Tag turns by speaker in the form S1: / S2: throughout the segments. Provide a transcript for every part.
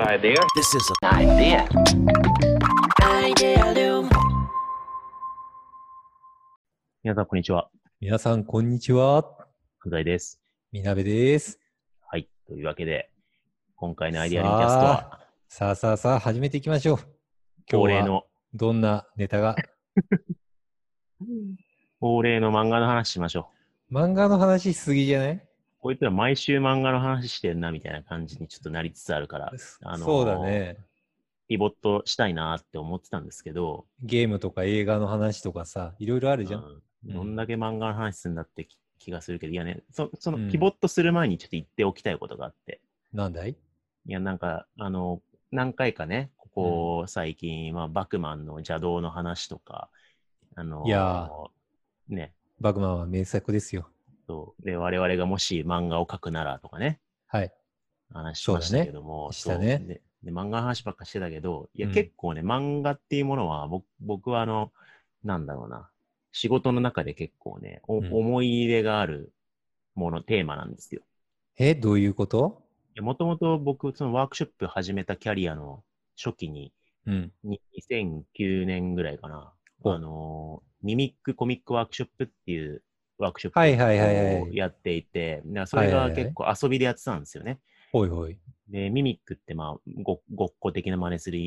S1: idea.
S2: This is a
S1: Idea.
S3: 皆さん、こんにちは。
S4: 皆さん、こんにちは。
S3: 福大です。
S4: みなべです。
S3: はい。というわけで、今回のアイデアリンキャストは、
S4: さあさあさあ、始めていきましょう。
S3: 恒例
S4: 今日は
S3: の、
S4: どんなネタが。
S3: 恒例の漫画の話しましょ。
S4: 漫画の話しすぎじゃないう
S3: こいつら毎週漫画の話してんな、みたいな感じにちょっとなりつつあるから、あのー
S4: そうだね。
S3: ピボットしたいなって思ってたんですけど、
S4: ゲームとか映画の話とかさ、いろいろあるじゃ
S3: う
S4: ん。
S3: んどんだけ漫画の話するんだってき気がするけど、いやね、そそうの
S4: ん
S3: ピボットする前にちょっと言っておきたいことがあって、
S4: なんだい
S3: いや、なんか、あの、何回かね、ここ最近、まあ、バクマンの邪道の話とか、あの
S4: いや
S3: ね、
S4: バグマンは名作ですよ。
S3: そう。で、我々がもし漫画を描くならとかね、
S4: はい。
S3: 話しましたけども。
S4: そうだ
S3: そ
S4: ね
S3: う
S4: し
S3: でで漫画の話ばっかしてたけど、いや、
S4: うん
S3: 結構ね、漫画っていうものは、僕僕はあの、なんだろうな、仕事の中で結構ね、お
S4: うん
S3: 思い入れがあるもの、テーマなんですよ。
S4: え、どういうこと
S3: もともと僕、そのワークショップ始めたキャリアの初期に、
S4: うん。
S3: に2009年ぐらいかな、
S4: ほう
S3: あのーミミックコミックワークショップっていうワークショップ
S4: はいはいはいはい
S3: をやっていて、なそれが結構遊びでやってたんですよね。
S4: おいおい。
S3: で、ミミックって、まあ、ごごっこ的な真似する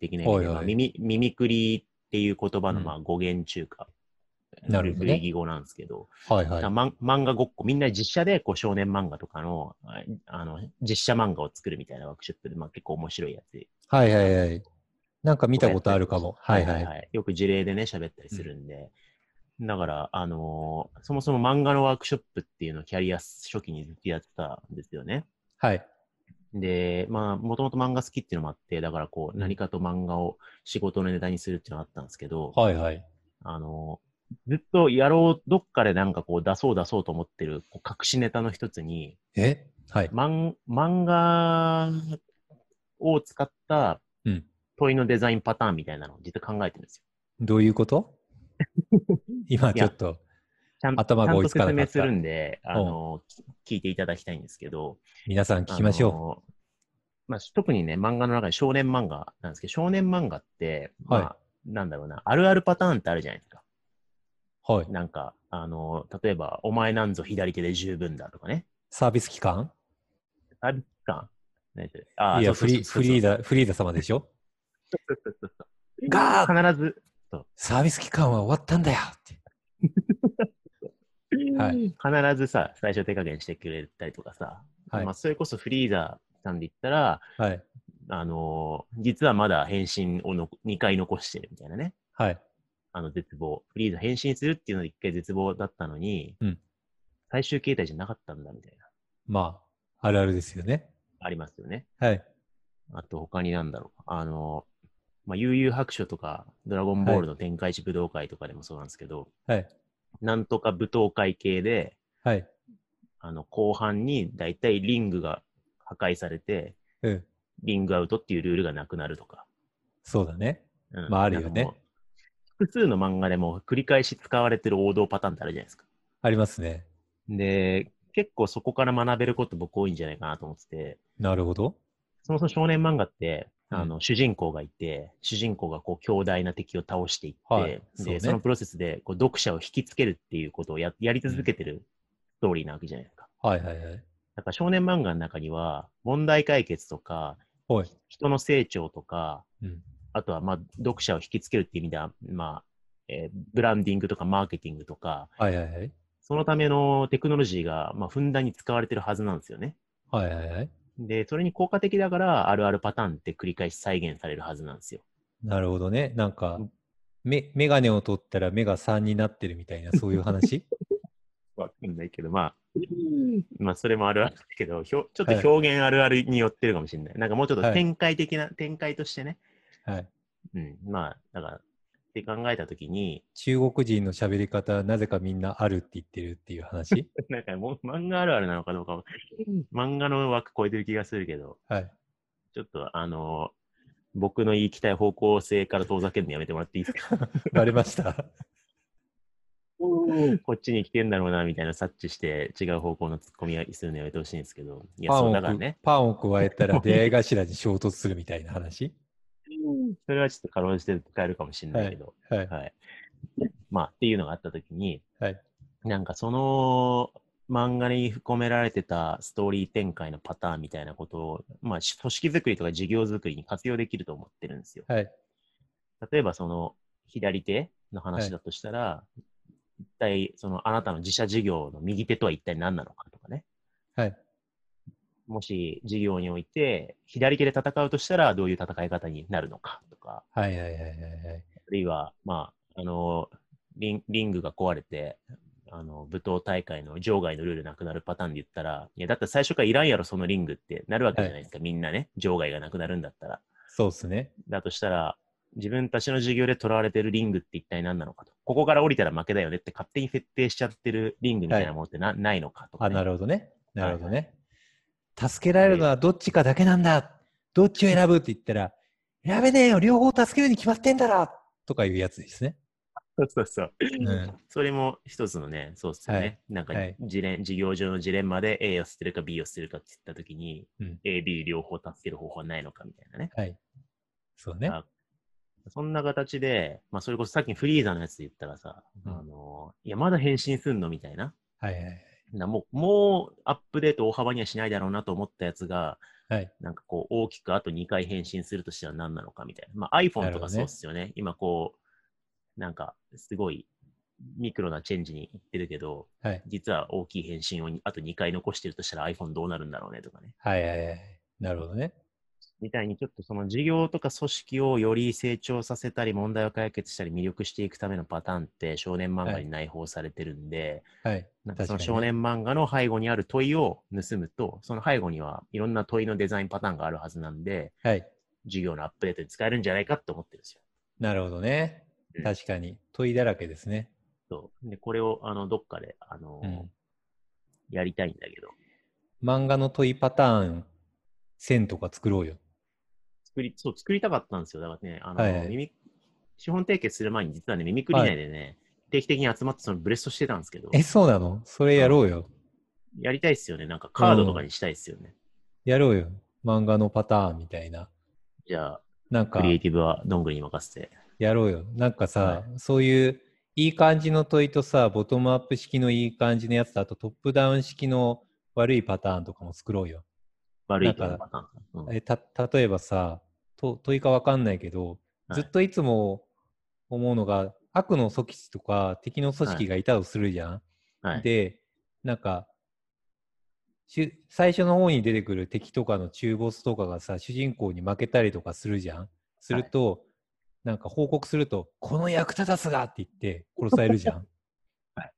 S3: 的な意味で、
S4: はいはい
S3: まあミミミミクリっていう言葉の
S4: うん
S3: まあ語源中華、
S4: なるほどね
S3: 類義語なんですけど、
S4: はいはい。
S3: まん漫画ごっこ、みんな実写でこう少年漫画とかのああの実写漫画を作るみたいなワークショップで、まあ、結構面白いやつ
S4: はいはいはい。なんか見たことあるかも。はいはい。
S3: よく事例でね、喋ったりするんで。だから、あのーそもそも漫画のワークショップっていうのをキャリア初期にずっとやってたんですよね。
S4: はい。
S3: で、まあ、もともと漫画好きっていうのもあって、だからこう、
S4: うん
S3: 何かと漫画を仕事のネタにするっていうのがあったんですけど、
S4: はいはい。
S3: あのーずっとやろう、どっかでなんかこう出そう出そうと思ってるこう隠しネタの一つに、
S4: えはい。
S3: 漫漫画を使った
S4: うん
S3: 問いのデザインパターンみたいなのを実は考えてるんですよ。
S4: どういうこと 今ちょっと。
S3: ちゃん
S4: 頭が追いつかなかった
S3: ちゃんと説明するんで、あの、き聞いていただきたいんですけど。
S4: 皆さん聞きましょう。
S3: う。まあ、特にね、漫画の中で少年漫画なんですけど、少年漫画って、まあ、
S4: は
S3: なんだろうな、あるあるパターンってあるじゃないですか。
S4: はい。
S3: なんか、あの、例えば、お前なんぞ左手で十分だとかね。
S4: サービス期間
S3: あるか。何それあ
S4: いや、フ
S3: そう
S4: リー、
S3: そうそ
S4: フ
S3: うそう
S4: リーダ、フリーダ様でしょ
S3: そうそうそう
S4: ガー
S3: 必ず、
S4: サービス期間は終わったんだよって。はい
S3: 必ずさ、最初手加減してくれたりとかさ、
S4: はい
S3: まあ、それこそフリーザさんで言ったら、
S4: はい。
S3: あのー実はまだ返信をの2回残してるみたいなね、
S4: はい。
S3: あの絶望。フリーザ返信するっていうので1回絶望だったのに、
S4: うん
S3: 最終形態じゃなかったんだみたい
S4: まあ、あるあるですよね。
S3: な、ありますよね。
S4: はい。
S3: あと他になんだろう。あのーまあ、悠々白書とか、ドラゴンボールの展開一武道会とかでもそうなんですけど、
S4: はい。
S3: なんとか武闘会系で、
S4: はい。
S3: あの、後半にだいたいリングが破壊されて、
S4: うん。
S3: リングアウトっていうルールがなくなるとか。
S4: そうだね。
S3: うん
S4: まあある
S3: な
S4: よね。
S3: んかもう複数の漫画でも繰り返し使われてる王道パターンってあるじゃないですか。
S4: ありますね。
S3: で、結構そこから学べること僕多いんじゃないかなと思ってて、
S4: なるほど。
S3: そもそも少年漫画って、
S4: うん
S3: あの、主人公がいて、主人公がこう強大な敵を倒していって、
S4: はい
S3: で、
S4: そうね
S3: そのプロセスでこう読者を引きつけるっていうことをややり続けてるストーリーなわけじゃないですか。
S4: はいはいはい。
S3: だから少年漫画の中には、問題解決とか、
S4: はい。
S3: 人の成長とか、
S4: うん。
S3: あとは、まあ、読者を引きつけるっていう意味では、まあ、えーブランディングとかマーケティングとか、
S4: はいはいはい。
S3: そのためのテクノロジーが、まあ、ふんだんに使われてるはずなんですよね。
S4: はいはいはい。
S3: で、それに効果的だから、あるあるパターンって繰り返し再現されるはずなんですよ。
S4: なるほどね。なんか
S3: うん、
S4: め、メガネを取ったら目が3になってるみたいな、そういう話
S3: わかんないけど、まあ、まあ、それもあるあるだけど、ひょちょっ
S4: はい
S3: と表現あるあるによってるかもしれない。なんかもうちょっ
S4: は
S3: と
S4: い
S3: 展開的な、展開としてね。
S4: はい。
S3: うん、まあ、だから、って考えたときに、
S4: 中国人の喋り方、なぜかみんなあるって言ってるっていう話
S3: なんかもう漫画あるあるなのかどうかは、漫画の枠超えてる気がするけど、
S4: はい。
S3: ちょっとあの僕の 行きたい方向性から遠ざけるのやめてもらっていいですか
S4: バレました。
S3: こっちに来てんだろうなみたいな察知して違う方向の突っ込みするのやめてほしいんですけど、いや、
S4: パン
S3: そう
S4: を
S3: だから
S4: く、
S3: ね、
S4: パンを加え たら出会い頭に衝突するみたいな話。
S3: それはちょっと過労して使えるかもしれないけど、
S4: はい。
S3: はい。まあ、っていうのがあったときに、
S4: はい
S3: なんかその漫画に含められてたストーリー展開のパターンみたいなことを、まあ、し組織づくりとか事業づくりに活用できると思ってるんですよ。
S4: はい。
S3: 例えば、その左手の話だとしたら、一体、そのあなたの自社事業の右手とは一体何なのかとかね。
S4: はい。
S3: もし事業において、左手で戦うとしたら、どういう戦い方になるのかとか、
S4: はいはいはいはいはい。
S3: あるいは、まあ、あのリン、リングが壊れて、あの、舞踏大会の場外のルールなくなるパターンで言ったら、いや、だって最初からいらんやろ、そのリングってなるわけじゃないですか、みんなね、場外がなくなるんだったら。
S4: そうですね。
S3: だとしたら、自分たちの授業で囚われてるリングって一体何なのかと。ここから降りたら負けだよねって勝手に設定しちゃってるリングみたいなものってな,、ないのかとか、
S4: あ、
S3: ね。
S4: なるほどね。なるほど
S3: はい
S4: ね。助けられるのはどっちかだけなんだ。どっちを選ぶって言ったら、選べねえよ、両方助けるに決まってんだろとかいうやつですね。
S3: そうそうそう。
S4: うん
S3: それも一つのね、そうですよね。
S4: はい
S3: なんか、
S4: はい
S3: 事例、事業上のジレンマで A を捨てるか B を捨てるかって言ったときに、
S4: うん
S3: A、B 両方助ける方法はないのかみたいなね。
S4: はい。そうね。
S3: あそんな形で、まあ、それこそさっきのフリーザのやつで言ったらさ、
S4: うん
S3: あのいや、まだ変身すんのみたいな。
S4: はいはい。
S3: なもう、もうアップデート大幅にはしないだろうなと思ったやつが、
S4: はい。
S3: なんかこう、大きくあと2回変身するとしたら何なのかみたいな。まあ、iPhone とかそうっすよね。今こう、なんか、すごい、ミクロなチェンジにいってるけど、
S4: はい。
S3: 実は大きい変身をにあと2回残してるとしたら iPhone どうなるんだろうねとかね。
S4: はいはいはい。なるほどね。
S3: みたいにちょっとその事業とか組織をより成長させたり問題を解決したり魅力していくためのパターンって少年漫画に内包されてるんで、
S4: はい。
S3: なんかその
S4: 確かに
S3: 少年漫画の背後にある問いを盗むと、その背後にはいろんな問いのデザインパターンがあるはずなんで、
S4: はい。
S3: 事業のアップデートに使えるんじゃないかって思ってるんですよ。
S4: なるほどね
S3: うん。
S4: 確かに。問いだらけですね。
S3: そうでこれをあのどっかで、あの
S4: うん。
S3: やりたいんだけど、
S4: 漫画の問いパターン、1000とか作ろうよ。
S3: 作り、そう、作りたかったんですよ。だからね、あの、
S4: はいはい
S3: 耳、資本提携する前に、実はね、耳くり内でね、定期的に集まってそのブレストしてたんですけど、
S4: え、そうなのそれやろうよ。
S3: やりたいっすよね。なんかカードとかにしたいっすよね。
S4: やろうよ。漫画のパターンみたいな。
S3: じゃあ、
S4: なんか
S3: ク、リエイティブはどんぐりに任せて。
S4: やろうよ。なんかさ、
S3: は
S4: そういういい感じの問いとさ、ボトムアップ式のいい感じのやつと、あとトップダウン式の悪いパターンとかも作ろうよ。
S3: 悪いと
S4: な
S3: の
S4: んか
S3: パターン。うん
S4: えた例えばさと問いかわかんないけど、
S3: はい
S4: ずっといつも思うのが悪の組織とか敵の組織がいたとするじゃん。
S3: はい。
S4: でなんかしゅ最初の方に出てくる敵とかの中ボスとかがさ主人公に負けたりとかするじゃん。すると、なんか報告すると「この役立たずが!」って言って殺されるじゃん。
S3: はい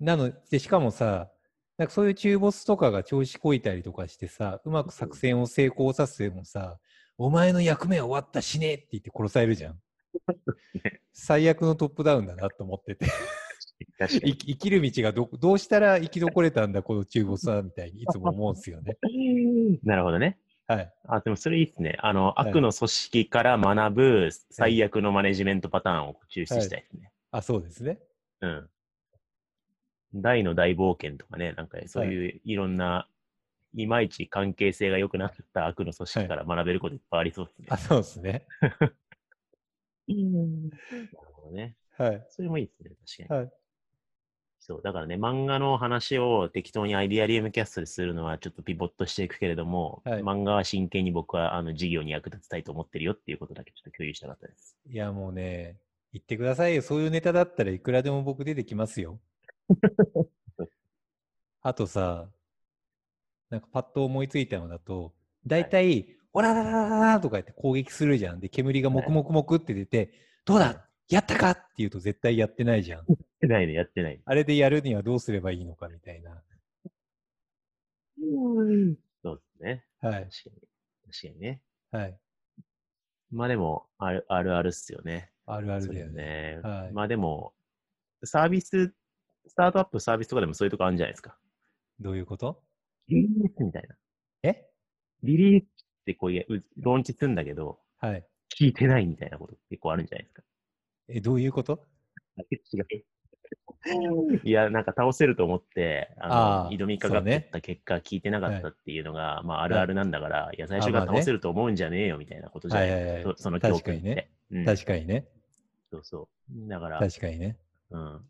S4: なのでしかもさなんかそういう中ボスとかが調子こいたりとかしてさうまく作戦を成功させてもさ「お前の役目は終わったしねえ!」って言って殺されるじゃ ん。最悪のトップダウンだなと思ってて
S3: 確か
S4: い 生きる道がどどうしたら生き残れたんだこの中ボスはみたいにいつも思うんですよね。
S3: に。なるほどね。
S4: はい、
S3: あ、でもそれいいっすね。あの、
S4: はい
S3: 悪の組織から学ぶ最悪のマネジメントパターンを抽出したいですね。
S4: あそうですね。
S3: うん。大の大冒険とかね、なんかそういういろんな、いまいち関係性が良くなかった悪の組織から学べることいっぱいありそうですね。
S4: あそうですね。
S3: なるほどね。
S4: はい、
S3: それもいいですね、確かに。
S4: はい
S3: そう、だからね、漫画の話を適当にアイディアリウムキャストでするのはちょっとピボットしていくけれども、
S4: はい
S3: 漫画は真剣に僕はあの事業に役立ちたいと思ってるよっていうことだけちょっと共有したかったです。
S4: いやもうね言ってくださいよそういうネタだったらいくらでも僕出てきますよ。 あとさなんかパッと思いついたのだと大体、オララララララとか言って攻撃するじゃんで煙がもくもくもくって出て、どう
S3: はい
S4: だやったかって言うと絶対やってないじゃん。
S3: やってないね、やってない。
S4: あれでやるにはどうすればいいのかみたいな。
S3: そうですね。
S4: はい
S3: 確かに。確かにね。
S4: はい。
S3: まあでも、あるあるあるっすよね。
S4: あるある
S3: そう
S4: だ
S3: だ
S4: よ
S3: よ
S4: ね。
S3: ね。
S4: はい
S3: まあでも、サービス、スタートアップサービスとかでもそういうとこあるんじゃないですか。
S4: どういうこと
S3: リリースみたいな。
S4: え
S3: リリースってこういう、うローンチするんだけど、
S4: はい。
S3: 聞いてないみたいなこと結構あるんじゃないですか。
S4: え、どういうこと
S3: あ違う。いや、なんか倒せると思って、あの
S4: あー
S3: 挑みかかってった結果、聞いてなかったっていうのが、まあ、あるあるなんだから、いや、最初
S4: あ
S3: が
S4: まあね
S3: 倒せると思うんじゃねえよみたいなことじゃな
S4: はいはいはい
S3: いそその教訓って。
S4: 確かにね
S3: うん、
S4: 確かにね。
S3: そうそう。だから、
S4: 確かにね。
S3: うん。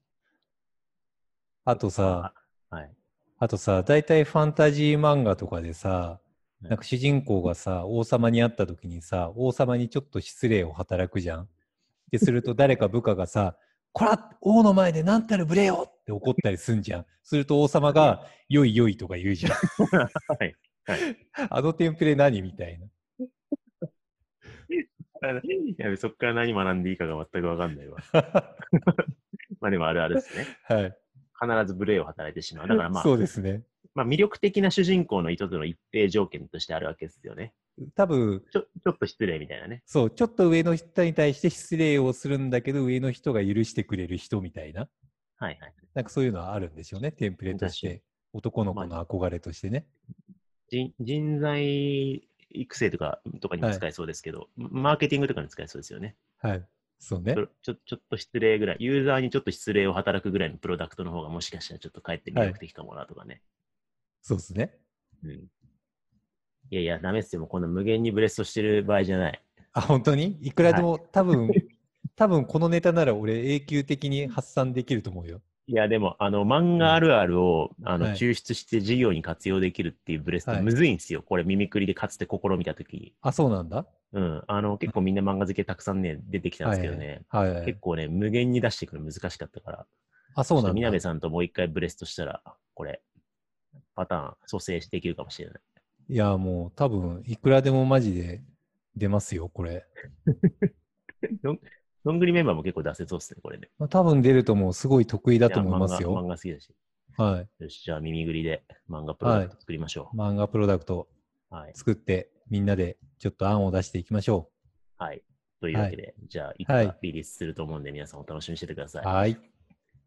S4: あとさ、
S3: はい。
S4: あとさ、大体ファンタジー漫画とかでさ、なんか主人公がさ、王様に会った時にさ、王様にちょっと失礼を働くじゃん。で、すると誰か部下がさ、こら王の前で何たる無礼よって怒ったりすんじゃん。すると王様が、よいよいとか言うじゃん。
S3: はいはい
S4: あのテンプレ何みたいな。
S3: あのやべ、そっから何学んでいいかが全くわかんないわ。まあでもあるあるですね。
S4: はい。
S3: 必ず無礼を働いてしまう。だからまあ、
S4: そうですね。
S3: まあ、魅力的な主人公の一つの一定条件としてあるわけですよね。
S4: 多分、
S3: ちょちょっと失礼みたいなね。
S4: そう、ちょっと上の人に対して失礼をするんだけど、上の人が許してくれる人みたいな。
S3: はいはい。
S4: なんかそういうのはあるんでしょうね、テンプレとし
S3: 確
S4: て。男の子の憧れとしてね。
S3: 人人材育成とかとかにも使えそうですけど、マーケティングとかに使えそうですよね。
S4: はい。そうね
S3: ち。ょちょちょっと失礼ぐらい、ユーザーにちょっと失礼を働くぐらいのプロダクトの方がもしかしたらちょっとかえって魅力的かもなとかね。
S4: そうですね。
S3: い、うん。いやいや、ダメっすよ。もうこんな無限にブレストしてる場合じゃない。
S4: あ、本当にいくらでも、多分、多分このネタなら俺永久的に発散できると思うよ。
S3: いや、でも、あの、漫画あるあるを、あの、
S4: はい
S3: 抽出して事業に活用できるっていうブレスト、
S4: はい
S3: むずいんですよ。これ、耳くりでかつて試みたときに。
S4: あ、そうなんだ。
S3: うん。あの、結構みんな漫画好きでたくさんね、出てきたんですけどね。
S4: はいはい、はいはい
S3: 結。構ね、無限に出していくの難しかったから。
S4: あ、そうなん
S3: みなべ
S4: だ。
S3: さんともう一回ブレストしたら、これ、パターン、蘇生できるかもしれない。
S4: いや、もう多分、いくらでもマジで出ますよ、これ。
S3: どんぐりメンバーも結構出せそうですね、これね。
S4: まあ、多分出るともうすごい得意だと思います
S3: や漫画漫
S4: よ。
S3: 画好きだし。
S4: はい。
S3: よし、じゃあ耳ぐりで漫画プロダクト作りましょう。
S4: 漫画プロダクト
S3: はい。はい。
S4: 作って、みんなでちょっと案を出していきましょ
S3: というわけで、じゃあ、いつ
S4: はい
S3: かリリースすると思うんで、皆さんお楽しみにしててくださ
S4: う。
S3: い。
S4: はい。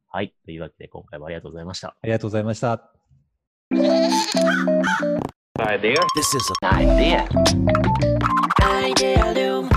S3: はい。というわけで、今回もありがとうございました。
S4: ありがとうございました。
S1: idea loom.